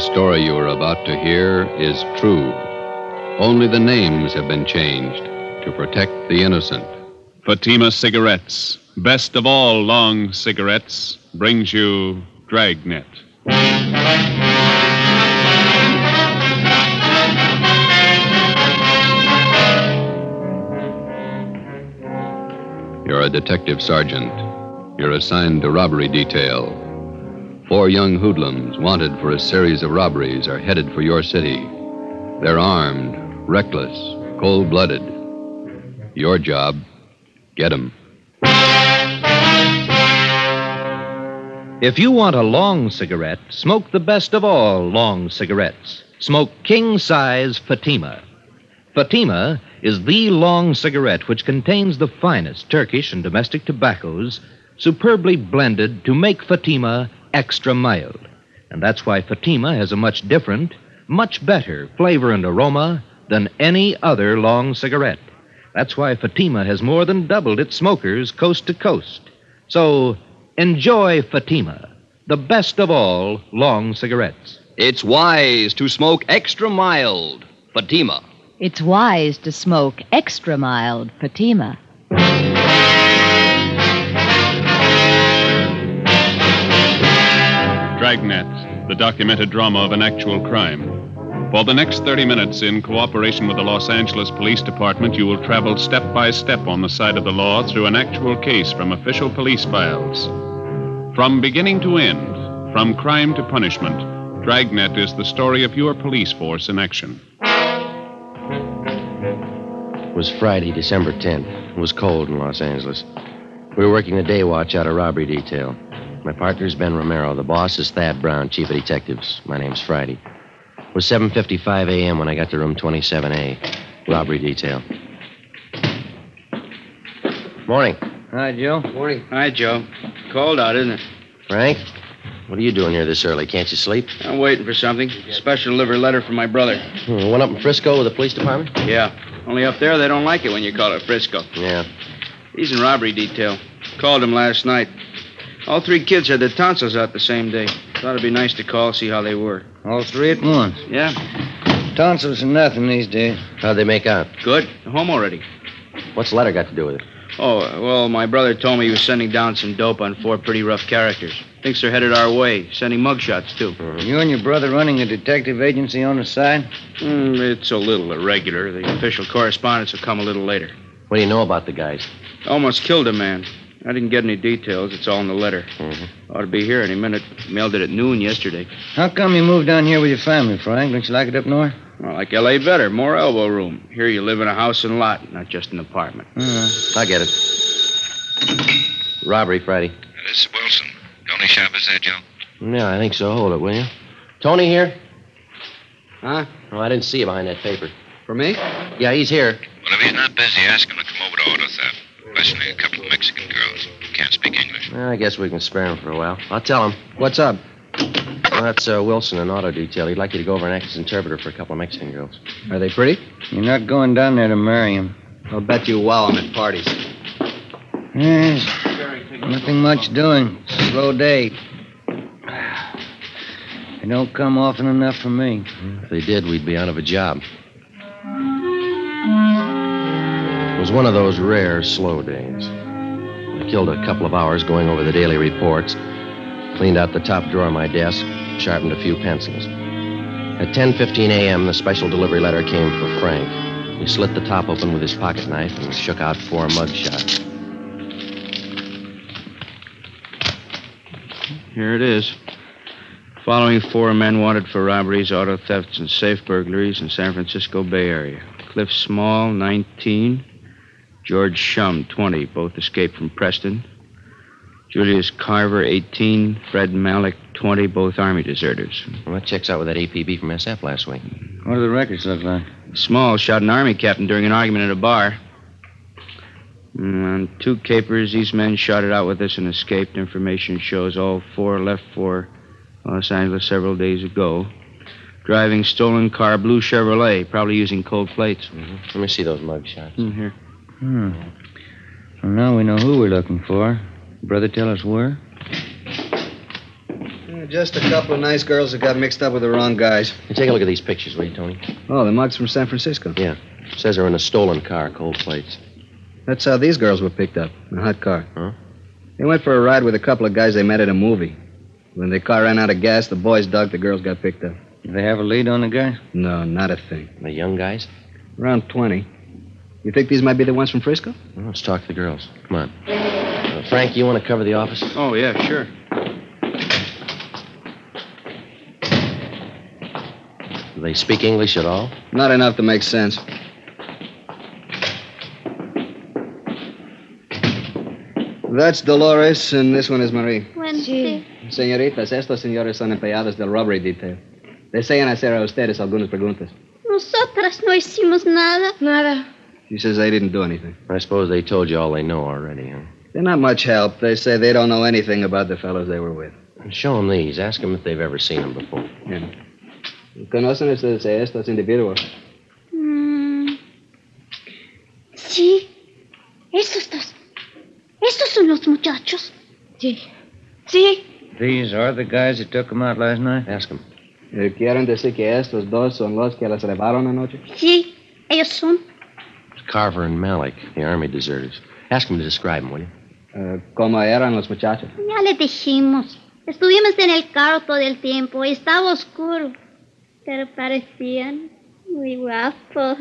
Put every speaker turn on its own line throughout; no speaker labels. story you are about to hear is true. Only the names have been changed to protect the innocent.
Fatima Cigarettes, best of all long cigarettes, brings you Dragnet.
You're a detective sergeant. You're assigned to robbery detail. Four young hoodlums wanted for a series of robberies are headed for your city. They're armed, reckless, cold blooded. Your job, get 'em.
If you want a long cigarette, smoke the best of all long cigarettes. Smoke king size Fatima. Fatima is the long cigarette which contains the finest Turkish and domestic tobaccos, superbly blended to make Fatima extra mild. And that's why Fatima has a much different, much better flavor and aroma than any other long cigarette. That's why Fatima has more than doubled its smokers coast to coast. So enjoy Fatima, the best of all long cigarettes.
It's wise to smoke extra mild, Fatima.
It's wise to smoke extra mild Fatima.
Dragnet, the documented drama of an actual crime. For the next 30 minutes, in cooperation with the Los Angeles Police Department, you will travel step by step on the side of the law through an actual case from official police files. From beginning to end, from crime to punishment, Dragnet is the story of your police force in action.
It was Friday, December 10th. It was cold in Los Angeles. We were working the day watch out of robbery detail. My partner's Ben Romero. The boss is Thad Brown, chief of detectives. My name's Friday. It was 7.55 a.m. when I got to room 27A, robbery detail. Morning.
Hi, Joe. Morning. Hi, Joe. Cold out, isn't it?
Frank, what are you doing here this early? Can't you sleep?
I'm waiting for something. Special delivery letter from my brother.
Hmm, one up in Frisco with the police department?
Yeah. Only up there, they don't like it when you call it Frisco.
Yeah.
He's in robbery detail. Called him last night. All three kids had their tonsils out the same day. Thought it'd be nice to call, see how they were.
All three at once.
Yeah,
Tonsils are nothing these days.
How'd they make out?
good. Home already.
What's the letter got to do with it?
Oh, well, my brother told me he was sending down some dope on four pretty rough characters. Thinks they're headed our way. Sending mugshots, too.
Mm-hmm.
You and your brother running a detective agency on the side?
Mm, it's a little irregular. The official correspondence will come a little later.
What do you know about the guys?
Almost killed a man. I didn't get any details. It's all in the letter.
Mhm.
Ought to be here any minute. Mailed it at noon yesterday.
How come you moved down here with your family, Frank? Don't you like it up north?
Well, like L.A. better. More elbow room. Here you live in a house and lot, not just an apartment.
Uh,
Uh-huh.
I get it. Robbery Friday.
This is Wilson. Tony Chavez there, Joe?
Yeah, I think so. Hold it, will you? Tony here?
Huh?
Oh, I didn't see you behind that paper.
For me?
Yeah, he's here.
Well, if he's not busy, ask him to come over to Auto Theft. Especially a couple of Mexican girls. Can't speak English.
Well, I guess we can spare him for a while. I'll tell him. What's up? Well, that's uh, Wilson in auto detail. He'd like you to go over and act as interpreter for a couple of Mexican girls.
Are they pretty? You're not going down there to marry him.
I'll bet you wow them at parties.
Yes. Nothing much doing. Slow day. They don't come often enough for me.
If they did, we'd be out of a job. It was one of those rare slow days. I killed a couple of hours going over the daily reports, cleaned out the top drawer of my desk, sharpened a few pencils. At 10:15 a.m., the special delivery letter came for Frank. He slit the top open with his pocket knife and shook out four mug shots.
Here it is. Following four men wanted for robberies, auto thefts, and safe burglaries in San Francisco Bay Area. Cliff Small, 19. George Shum, 20. Both escaped from Preston. Julius Carver, 18. Fred Malik, 20. Both Army deserters.
Well, that checks out with that APB from SF last week.
What do the records look like?
Small shot an army captain during an argument at a bar. Mm, On two capers, these men shot it out with us and escaped. Information shows all four left for Los Angeles several days ago. Driving stolen car, blue Chevrolet, probably using cold plates.
Mm-hmm.
Let me see those mug shots.
Mm, here.
Hmm. Well, now we know who we're looking for. Brother, tell us where? Yeah, just a couple of nice girls that got mixed up with the wrong guys.
Hey, take a look at these pictures, will you, Tony?
Oh, the mugs from San Francisco.
Yeah. Says they're in a stolen car, cold plates.
That's how these girls were picked up in a hot car.
Huh?
They went for a ride with a couple of guys they met at a movie. When the car ran out of gas, the boys dug, the girls got picked up.
They have a lead on the guy?
No, not a thing.
The young guys?
Around 20. You think these might be the ones from Frisco?
Well, let's talk to the girls. Come on. Uh, Frank, you want to cover the office?
Oh, yeah, sure.
Do they speak English at all?
Not enough to make sense. That's Dolores, and this one is Marie.
Wednesday.
Señoritas, estos señores son empleados del robbery detail. Desean hacer a ustedes algunas preguntas.
Nosotras no hicimos nada. Nada.
She says they didn't do anything.
I suppose they told you all they know already, huh?
They're not much help. They say they don't know anything about the fellows they were with.
Show them these. Ask them if they've ever seen them before.
Yeah. ¿Conocen ustedes a estos individuos?
Mm. Sí. Esos dos. Estos son los muchachos. Sí. Sí.
These are the guys that took him out last night?
Ask them.
Eh, ¿Quieren decir que estos dos son los que las llevaron anoche?
Sí. Ellos son.
Carver and Malik, the army deserters. Ask them to describe them, will you?
Eh, ¿Cómo eran los muchachos?
Ya les dijimos. Estuvimos en el carro todo el tiempo. y Estaba oscuro. Pero parecían muy guapos.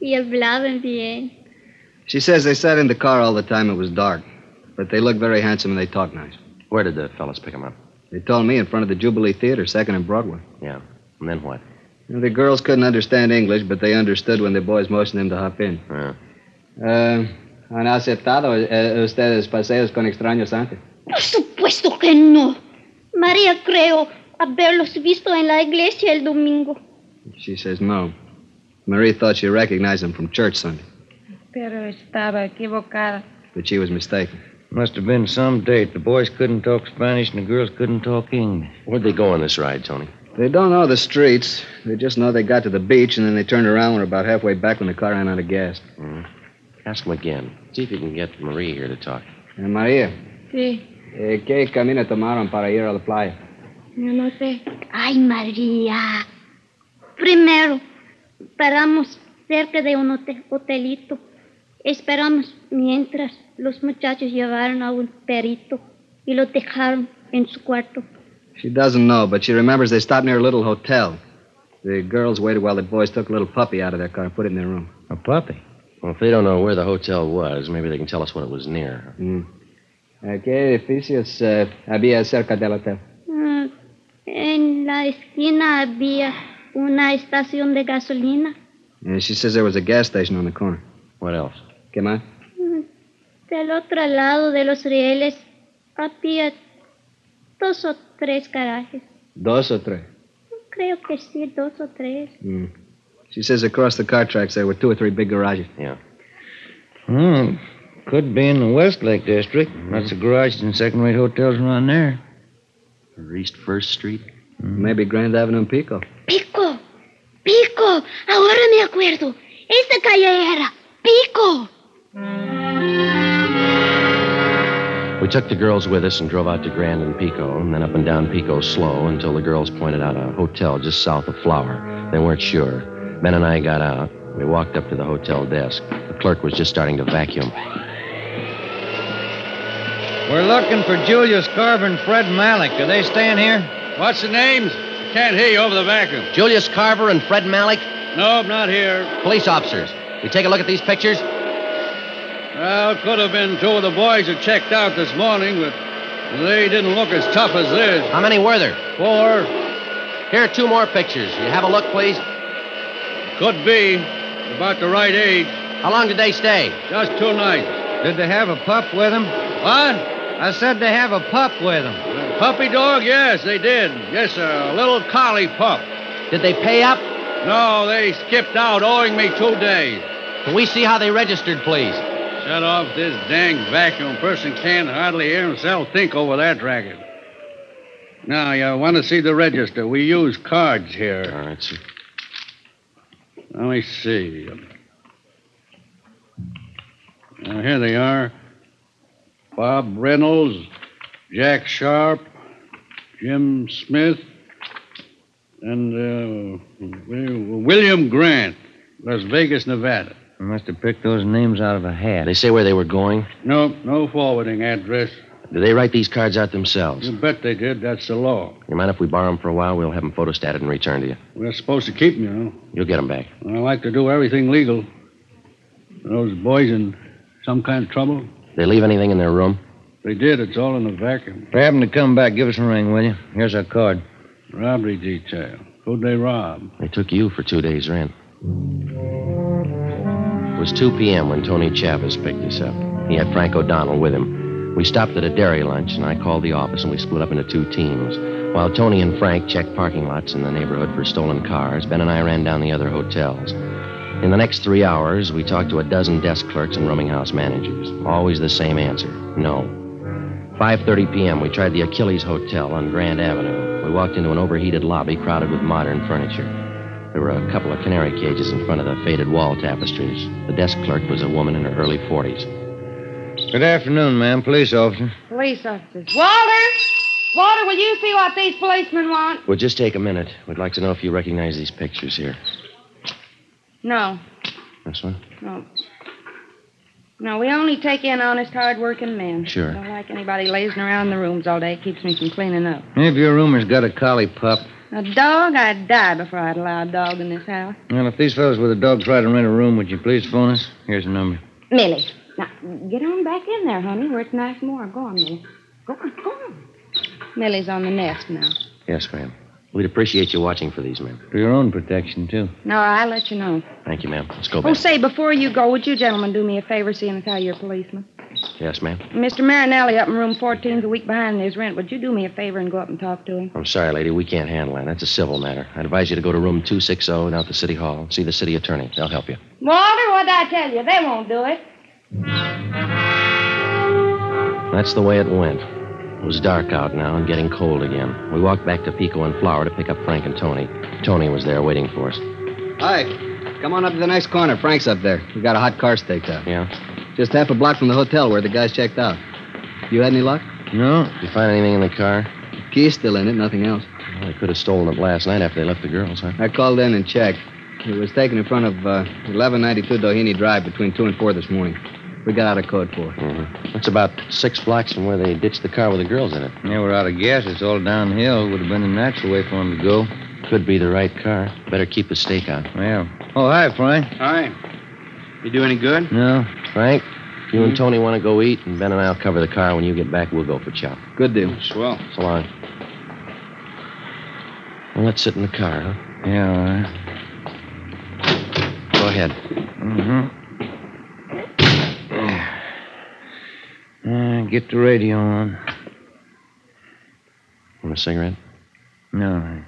Y hablaban bien.
She says they sat in the car all the time. It was dark. But they look very handsome and they talk nice.
Where did the fellas pick them up?
They told me in front of the Jubilee Theater, 2nd and Broadway.
Yeah. And then what?
The girls couldn't understand English, but they understood when the boys motioned them to hop in.
Yeah.
Eh, ¿Han aceptado eh, ustedes paseos con extraños antes?
Por supuesto que no. María creo haberlos visto en la iglesia el domingo.
She says no. Marie thought she recognized them from church Sunday,
Pero estaba equivocada.
but she was mistaken.
Must have been some date. The boys couldn't talk Spanish and the girls couldn't talk English.
Where'd they go on this ride, Tony?
They don't know the streets. They just know they got to the beach, and then they turned around when about halfway back when the car ran out of gas.
Mm. Ask them again. See if you can get Marie here to talk.
Eh, María,
Sí,
eh, ¿qué camino tomaron para ir a la playa?
yo no sé.
Ay, María. Primero, paramos cerca de un hote- hotelito. Esperamos mientras los muchachos llevaron a un perrito y lo dejaron en su cuarto.
She doesn't know, but she remembers they stopped near a little hotel. The girls waited while the boys took a little puppy out of their car and put it in their room.
A puppy.
Well, if they don't know where the hotel was, maybe they can tell us when it was near.
Mm. Eh, ¿Qué edificios eh, había cerca del hotel?
Mm, En la esquina había una estación de gasolina.
And Eh, she says there was a gas station on the corner.
What else?
¿Qué más?
Mm, Del otro lado de los rieles había dos o tres garajes.
Dos o tres.
Creo que sí, dos o tres.
Mm. She says across the car tracks there were two or three big garages.
Yeah.
Hmm. Could be in the Westlake district.
Mm-hmm.
Lots of garages and second rate hotels around there. Mm-hmm.
Or East First Street?
Maybe Grand Avenue and Pico.
Pico, pico, ahora me acuerdo. Esta calle era Pico.
We took the girls with us and drove out to Grand and Pico, and then up and down Pico slow until the girls pointed out a hotel just south of Flower. They weren't sure. Ben and I got out. We walked up to the hotel desk. The clerk was just starting to vacuum.
We're looking for Julius Carver and Fred Malik. Are they staying here?
What's the names? Can't hear you over the vacuum.
Julius Carver and Fred Malik,
No, I'm not here.
police officers. We take a look at these pictures.
Well, could have been two of the boys who checked out this morning, but they didn't look as tough as this.
How many were there?
Four
Here are two more pictures. You have a look, please.
could be about the right age.
How long did they stay?
Just two nights.
Did they have a pup with them?
What?
I said they have a pup with them.
Puppy dog? Yes, they did. Yes, sir. A little collie pup.
Did they pay up?
No, they skipped out, owing me two days.
Can we see how they registered, please?
Shut off this dang vacuum. Person can't hardly hear himself think over that racket. Now, you want to see the register? We use cards here.
All right, sir.
Let me see. Now, here they are Bob Reynolds, Jack Sharp, Jim Smith, and uh, William Grant, Las Vegas, Nevada.
I must have picked those names out of a hat.
They say where they were going.
No, no forwarding address.
Did they write these cards out themselves?
You bet they did. That's the law.
You mind if we borrow them for a while? We'll have them photostated and returned to you.
We're supposed to keep them, you know.
You'll get them back.
I like to do everything legal. Those boys in some kind of trouble?
They leave anything in their room?
They did. It's all in a vacuum.
If you happen to come back, give us a ring, will you? Here's our card.
Robbery detail. Who'd they rob?
They took you for two days' rent. It was 2 p.m. when Tony Chavez picked us up. He had Frank O'Donnell with him. We stopped at a dairy lunch, and I called the office, and we split up into two teams. While Tony and Frank checked parking lots in the neighborhood for stolen cars, Ben and I ran down the other hotels. In the next three hours, we talked to a dozen desk clerks and rooming house managers. Always the same answer: no. 5:30 p.m. We tried the Achilles Hotel on Grand Avenue. We walked into an overheated lobby crowded with modern furniture. There were a couple of canary cages in front of the faded wall tapestries. The desk clerk was a woman in her early 40s.
Good afternoon, ma'am. Police officer.
Police officers. Walter! Walter, will you see what these policemen want?
We'll just take a minute. We'd like to know if you recognize these pictures here.
No,
This one?
no. No, we only take in honest, hard-working men.
Sure.
Don't like anybody lazing around the rooms all day. Keeps me from cleaning up.
If your roomer's got a collie pup,
A dog, I'd die before I'd allow a dog in this house.
well, if these fellows with a dog try to rent a room, would you please phone us? Here's the number.
Millie. Now, get on back in there, honey, where it's nice and warm. Go on, Millie. Go on, go on. Millie's on the nest now.
Yes, ma'am. We'd appreciate you watching for these men.
For your own protection, too.
No, I'll let you know.
Thank you, ma'am. Let's go
Oh,
back.
say, before you go, would you gentlemen do me a favor seeing as how you're policemen?
Yes, ma'am.
Mr. Marinelli up in room 14 's a week behind his rent. Would you do me a favor and go up and talk to him?
I'm sorry, lady. We can't handle that. That's a civil matter. I'd advise you to go to room 260 and out the city hall. See the city attorney. They'll help you.
Walter, what'd I tell you? They won't do it.
That's the way it went. It was dark out now and getting cold again. We walked back to Pico and Flower to pick up Frank and Tony. Tony was there waiting for us.
Hi. Come on up to the next corner. Frank's up there. We got a hot car staked out.
Yeah?
Just half a block from the hotel where the guys checked out. You had any luck?
No. Did you find anything in the car?
Key's still in it, nothing else.
Well, they could have stolen it last night after they left the girls, huh?
I called in and checked. It was taken in front of uh, 1192 Doheny Drive between 2 and 4 this morning. We got out a code for it.
Mm-hmm. That's about six blocks from where they ditched the car with the girls in it.
They were out of gas. It's all downhill. Would have been the natural way for them to go.
Could be the right car. Better keep the stake out.
Yeah. Oh, hi, Frank.
Hi. You do any good?
No. Frank, you and Tony want to go eat, and Ben and I'll cover the car. When you get back, we'll go for chop.
Good deal.
Swell.
So long. Well, let's sit in the car, huh?
Yeah, all right.
Go ahead.
Mm-hmm. Uh, get the radio on.
Want a cigarette?
No.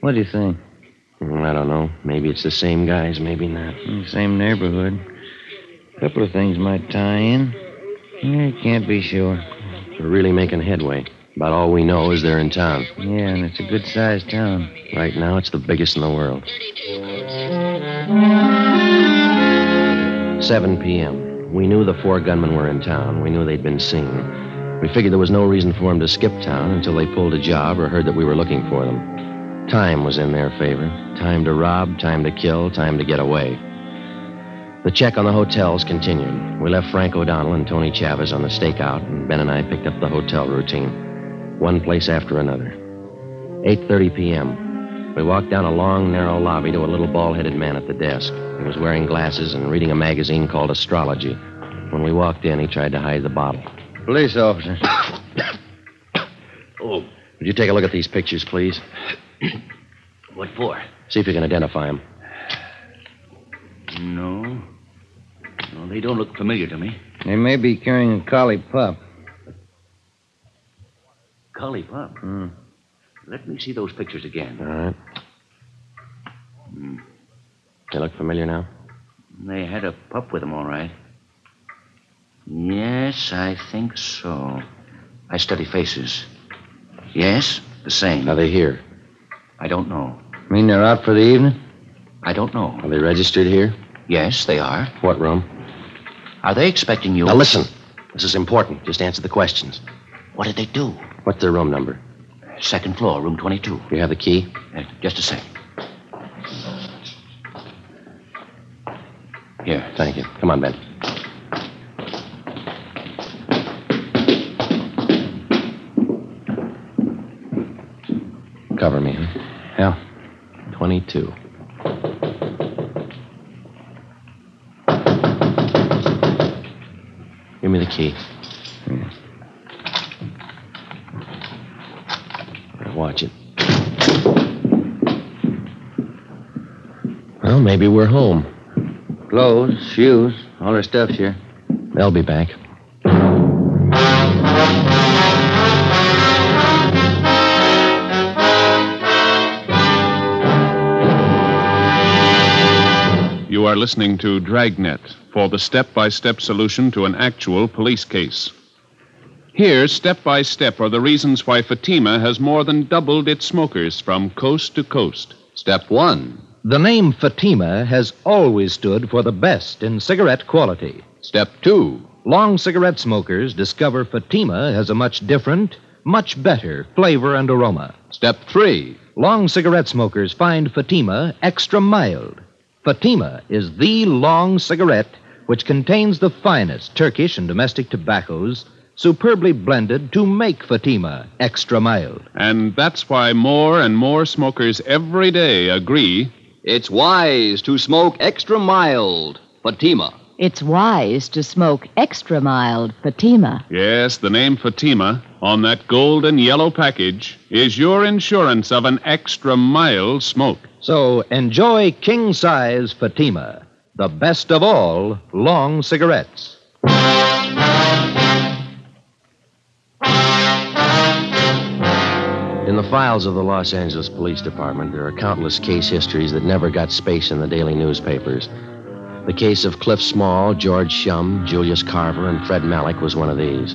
What do you think?
Mm, I don't know. Maybe it's the same guys, maybe not.
Mm, Same neighborhood. Couple of things might tie in. Yeah, can't be sure.
We're really making headway. About all we know is they're in town.
Yeah, and it's a good sized town.
Right now, it's the biggest in the world. 7 p.m. We knew the four gunmen were in town. We knew they'd been seen. We figured there was no reason for them to skip town until they pulled a job or heard that we were looking for them. Time was in their favor time to rob, time to kill, time to get away. The check on the hotels continued. We left Frank O'Donnell and Tony Chavez on the stakeout, and Ben and I picked up the hotel routine, one place after another. 8:30 p.m. We walked down a long, narrow lobby to a little bald headed man at the desk. He was wearing glasses and reading a magazine called Astrology. When we walked in, he tried to hide the bottle.
Police officer.
Oh. Would you take a look at these pictures, please?
What for?
See if you can identify them.
No. No, they don't look familiar to me.
They may be carrying a collie pup.
Collie pup.
Hmm.
Let me see those pictures again.
All right. They look familiar now?
They had a pup with them, all right. Yes, I think so. I study faces. Yes, the same.
Are they here?
I don't know.
You mean they're out for the evening?
I don't know.
Are they registered here?
Yes, they are.
What room?
Are they expecting you?
Now listen. This is important. Just answer the questions.
What did they do?
What's their room number?
Second floor, room 22.
You have the key?
Uh, just a sec. Here.
Thank you. Come on, Ben. Cover me, huh? Yeah. 22. Give me the key. Now Watch it. Well, maybe we're home.
Clothes, shoes, all her stuff's here.
They'll be back.
You are listening to Dragnet for the step by step solution to an actual police case. Here, step by step, are the reasons why Fatima has more than doubled its smokers from coast to coast.
Step one.
The name Fatima has always stood for the best in cigarette quality.
Step two.
Long cigarette smokers discover Fatima has a much different, much better flavor and aroma.
Step three.
Long cigarette smokers find Fatima extra mild. Fatima is the long cigarette which contains the finest Turkish and domestic tobaccos superbly blended to make Fatima extra mild.
And that's why more and more smokers every day agree
it's wise to smoke extra mild, Fatima.
It's wise to smoke extra mild Fatima.
Yes, the name Fatima on that golden yellow package is your insurance of an extra mild smoke.
So enjoy king size Fatima, the best of all long cigarettes.
In the files of the Los Angeles Police Department, there are countless case histories that never got space in the daily newspapers. The case of Cliff Small, George Shum, Julius Carver, and Fred Malik was one of these.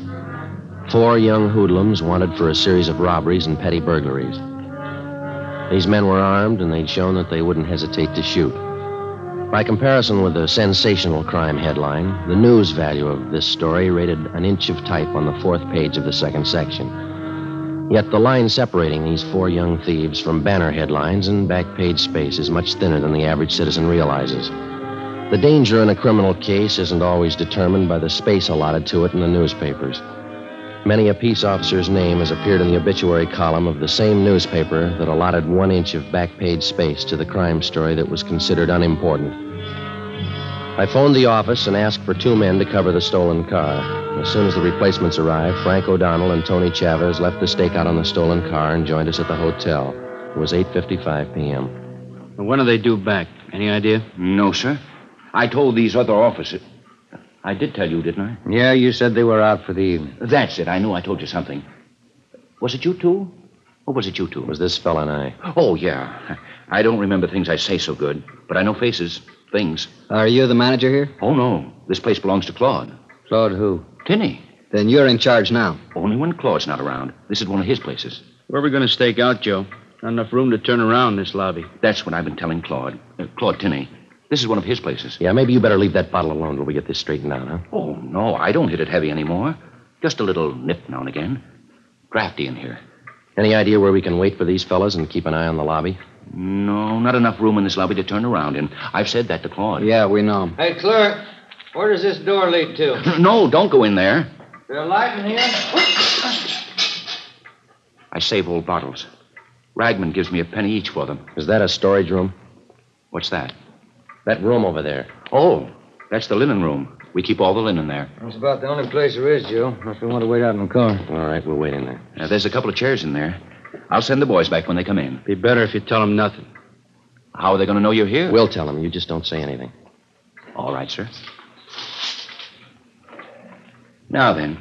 Four young hoodlums wanted for a series of robberies and petty burglaries. These men were armed, and they'd shown that they wouldn't hesitate to shoot. By comparison with the sensational crime headline, the news value of this story rated an inch of type on the fourth page of the second section. Yet the line separating these four young thieves from banner headlines and back page space is much thinner than the average citizen realizes. The danger in a criminal case isn't always determined by the space allotted to it in the newspapers. Many a peace officer's name has appeared in the obituary column of the same newspaper that allotted one inch of back page space to the crime story that was considered unimportant. I phoned the office and asked for two men to cover the stolen car. As soon as the replacements arrived, Frank O'Donnell and Tony Chavez left the stakeout on the stolen car and joined us at the hotel. It was 8:55 p.m.
When do they due back? Any idea?
No, sir. I told these other officers. I did tell you, didn't I?
Yeah, you said they were out for the evening.
That's it. I knew I told you something. Was it you two? Or was it you two?
Was this fella and I?
Oh, yeah. I don't remember things I say so good, but I know faces, things.
Are you the manager here?
Oh, no. This place belongs to Claude.
Claude who?
Tinney.
Then you're in charge now.
Only when Claude's not around. This is one of his places.
Where are we going to stake out, Joe? Not enough room to turn around in this lobby.
That's what I've been telling Claude. Uh, Claude Tinney. This is one of his places.
Yeah, maybe you better leave that bottle alone till we get this straightened out, huh?
Oh, no, I don't hit it heavy anymore. Just a little nip now and again. Drafty in here.
Any idea where we can wait for these fellas and keep an eye on the lobby?
No, not enough room in this lobby to turn around in. I've said that to Claude.
Yeah, we know.
Hey, clerk, where does this door lead to?
No, don't go in there.
There light in here?
I save old bottles. Ragman gives me a penny each for them.
Is that a storage room?
What's that?
That room over there.
Oh, that's the linen room. We keep all the linen there.
That's about the only place there is, Joe. Unless we want to wait out in the car.
All right, we'll wait in there.
Now, Uh, there's a couple of chairs in there. I'll send the boys back when they come in.
Be better if you tell them nothing.
How are they going to know you're here?
We'll tell them. You just don't say anything.
All right, sir. Now then,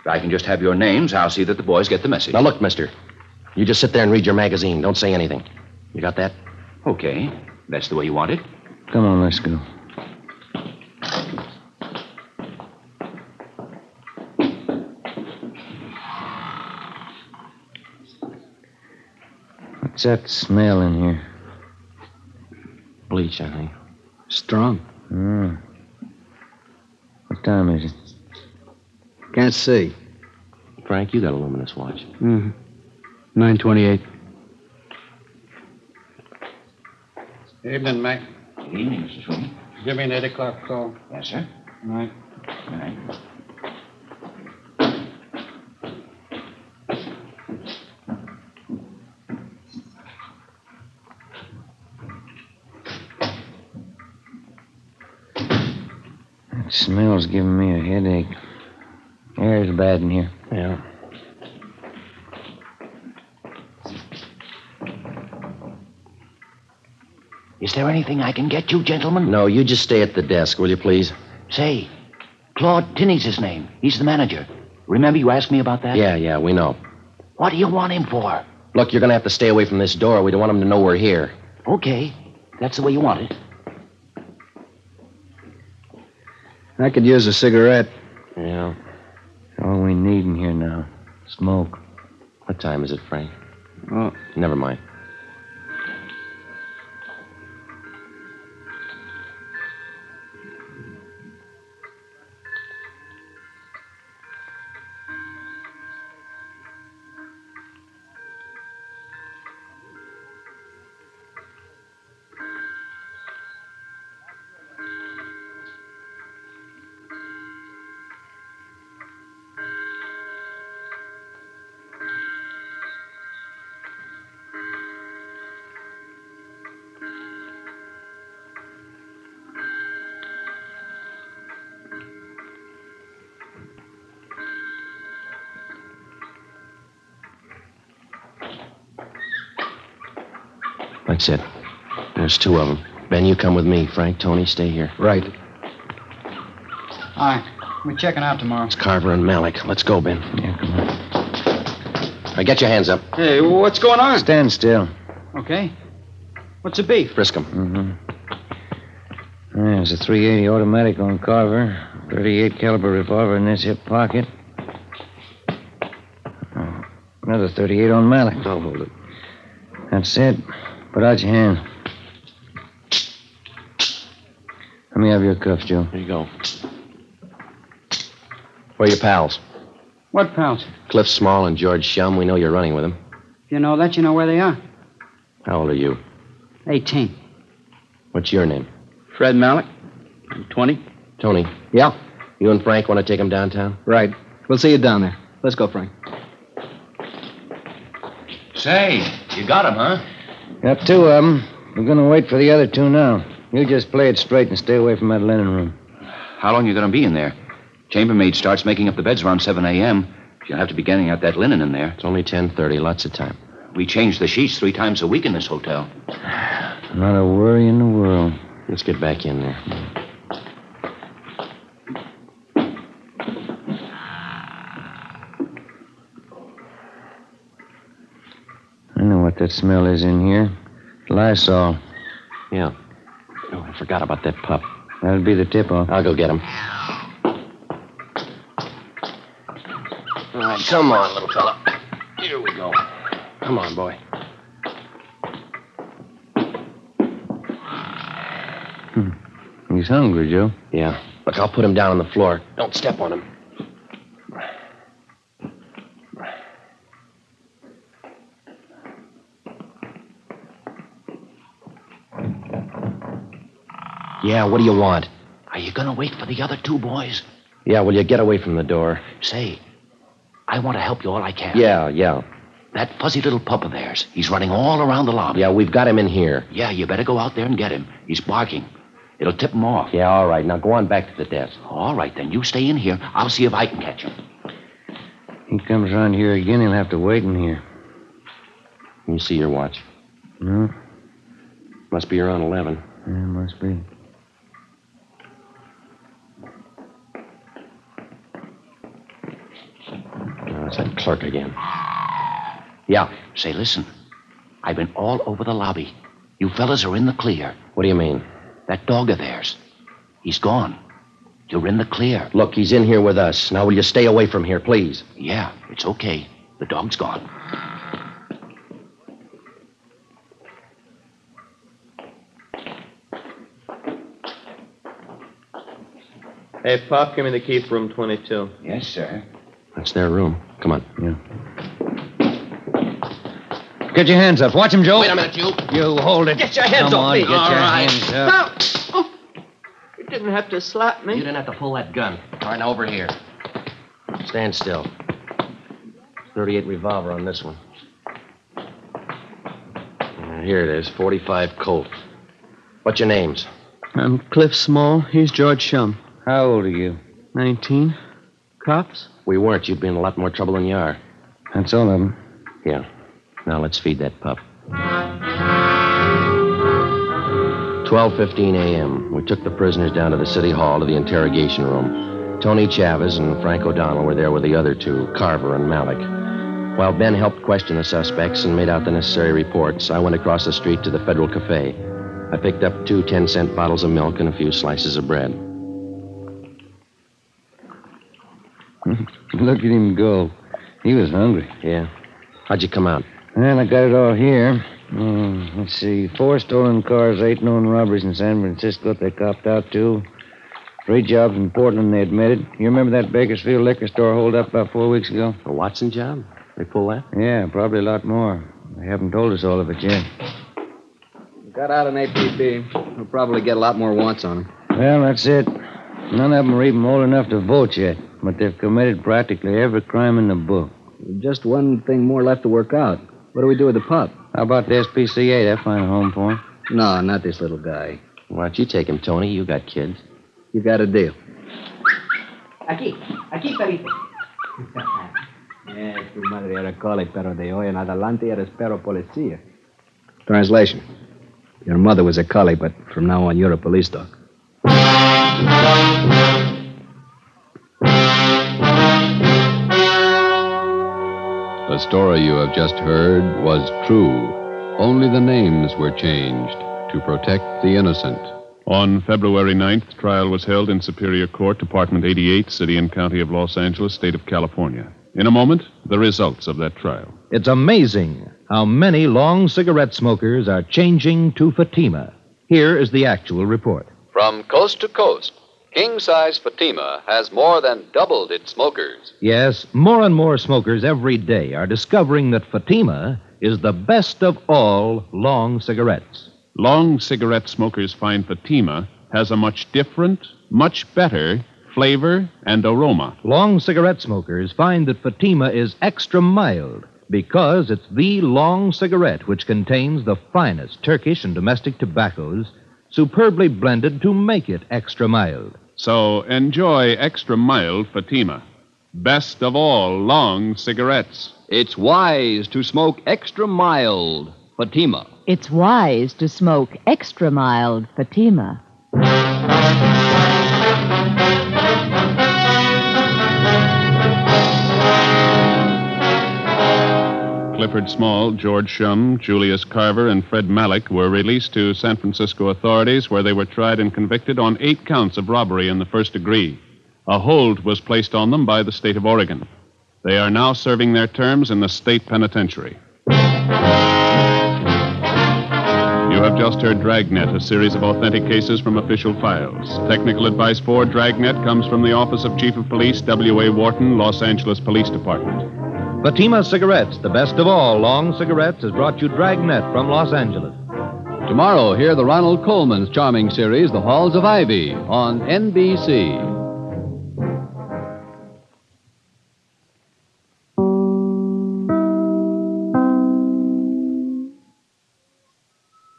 if I can just have your names, I'll see that the boys get the message.
Now, look, mister. You just sit there and read your magazine. Don't say anything. You got that?
Okay, that's the way you want it.
Come on, let's go. What's that smell in here?
Bleach, I think.
Strong.
Hmm. What What time is it?
Can't see.
Frank, you got a luminous watch.
Mm-hmm. 928.
Evening, Mac.
Evening, Mr. Sweeney.
Give me an 8 o'clock call.
Yes, sir.
All right.
All right.
That smell's giving me a headache. Air's bad in here.
Yeah.
Is there anything I can get you, gentlemen?
No, you just stay at the desk, will you please?
Say, Claude Tinney's his name. He's the manager. Remember you asked me about that?
Yeah, yeah, we know.
What do you want him for?
Look, you're going to have to stay away from this door. We don't want him to know we're here.
Okay. That's the way you want it.
I could use a cigarette.
Yeah.
All we need in here now. Smoke.
What time is it, Frank?
Oh.
Never mind. That's it. There's two of them. Ben, you come with me. Frank, Tony, stay here.
Right.
All right. We're checking out tomorrow.
It's Carver and Malik. Let's go, Ben. Yeah, come on. All right, get your hands up.
Hey, what's going on?
Stand still.
Okay. What's the beef?
Frisk 'em.
Mm-hmm. There's a 380 automatic on Carver, 38 caliber revolver in this hip pocket. Oh, Another 38 on Malik.
I'll hold it.
That's it. Put out your hand. Let me have your cuffs, Joe.
Here you go. Where are your pals?
What pals?
Cliff Small and George Shum. We know you're running with them.
If you know that, you know where they are.
How old are you?
18.
What's your name?
Fred Malik. I'm 20.
Tony.
Yeah,
You and Frank want to take him downtown?
right. We'll see you down there. Let's go, Frank.
Say, you got him, huh?
Got two of them. We're going to wait for the other two now. You just play it straight and stay away from that linen room.
How long you going to be in there? Chambermaid starts making up the beds around 7 a.m. She'll have to be getting out that linen in there.
It's only 10.30. Lots of time.
We change the sheets three times a week in this hotel.
Not a worry in the world.
Let's get back in there.
I know what that smell is in here. Lysol.
Yeah. Oh, I forgot about that pup.
That'll be the tip off.
I'll go get him. All right, come on, little fella. Here we go. Come on, boy.
He's hungry, Joe.
Yeah. Look, I'll put him down on the floor. Don't step on him. Yeah, what do you want?
Are you going to wait for the other two boys?
Yeah, will you get away from the door?
Say, I want to help you all I can.
Yeah, yeah.
That fuzzy little pup of theirs, he's running all around the lobby.
Yeah, we've got him in here.
Yeah, you better go out there and get him. He's barking. It'll tip him off.
Yeah, all right. Now go on back to the desk.
All right, then. You stay in here. I'll see if I can catch him.
He comes around here again, he'll have to wait in here.
You see your watch.
No?
Must be around 11.
Yeah, must be.
Uh,
Oh, it's that clerk again.
Yeah. Say, listen. I've been all over the lobby. You fellas are in the clear.
What do you mean?
That dog of theirs, he's gone. You're in the clear.
Look, he's in here with us. Now, will you stay away from here, please?
Yeah, it's okay. The dog's gone.
Hey, Pop, give me the key for room 22.
Yes, sir.
That's their room. Come on.
Get your hands up. Watch him, Joe.
Wait a minute,
you.
You hold it.
Get your hands up,
Come on,
please.
Get
All
your
right.
hands up.
Oh, You didn't have to slap me.
You didn't have to pull that gun. All right, now over here. Stand still. 38 revolver on this one. Uh, Here it is, 45 Colt. What's your names?
I'm Cliff Small. He's George Shum.
How old are you?
19. Cops?
We weren't. You'd be in a lot more trouble than you are. That's all of them. Yeah. Now let's feed that pup. 12:15 a.m. We took the prisoners down to the city hall to the interrogation room. Tony Chavez and Frank O'Donnell were there with the other two, Carver and Malik. While Ben helped question the suspects and made out the necessary reports, I went across the street to the Federal Cafe. I picked up two 10-cent bottles of milk and a few slices of bread.
Look at him go. He was hungry.
Yeah. How'd you come out?
Well, I got it all here. Hmm, let's see. Four stolen cars, eight known robberies in San Francisco they copped out to. Three jobs in Portland they admitted. You remember that Bakersfield liquor store hold up about four weeks ago?
A Watson job? They pull that?
Yeah, probably a lot more. They haven't told us all of it yet.
Got out an APB. We'll probably get a lot more wants on him.
Well, that's it. None of them are even old enough to vote yet, but they've committed practically every crime in the book.
Just one thing more left to work out. What do we do with the pup?
How about the SPCA? They'll find a home for him.
No, not this little guy.
Why don't you take him, Tony? You got kids.
You got a deal.
Aquí, aquí, perito.
Eh, tu madre era cole, pero de hoy en adelante eres perro policía. Translation. Your mother was a collie, but from now on you're a police dog.
The story you have just heard was true. Only the names were changed to protect the innocent.
On February 9th, trial was held in Superior Court, Department 88, City and County of Los Angeles, State of California. In a moment, the results of that trial.
It's amazing how many long cigarette smokers are changing to Fatima. Here is the actual report.
From coast to coast, king size Fatima has more than doubled its smokers.
Yes, more and more smokers every day are discovering that Fatima is the best of all long cigarettes.
Long cigarette smokers find Fatima has a much different, much better flavor and aroma.
Long cigarette smokers find that Fatima is extra mild because it's the long cigarette which contains the finest Turkish and domestic tobaccos superbly blended to make it extra mild.
So enjoy extra mild Fatima. Best of all, long cigarettes.
It's wise to smoke extra mild Fatima.
It's wise to smoke extra mild Fatima.
Clifford Small, George Shum, Julius Carver, and Fred Malik were released to San Francisco authorities where they were tried and convicted on eight counts of robbery in the first degree. A hold was placed on them by the state of Oregon. They are now serving their terms in the state penitentiary. You have just heard Dragnet, a series of authentic cases from official files. Technical advice for Dragnet comes from the Office of Chief of Police, W.A. Wharton, Los Angeles Police Department.
Fatima Cigarettes, the best of all long cigarettes, has brought you Dragnet from Los Angeles.
Tomorrow, hear the Ronald Coleman's charming series, The Halls of Ivy, on NBC.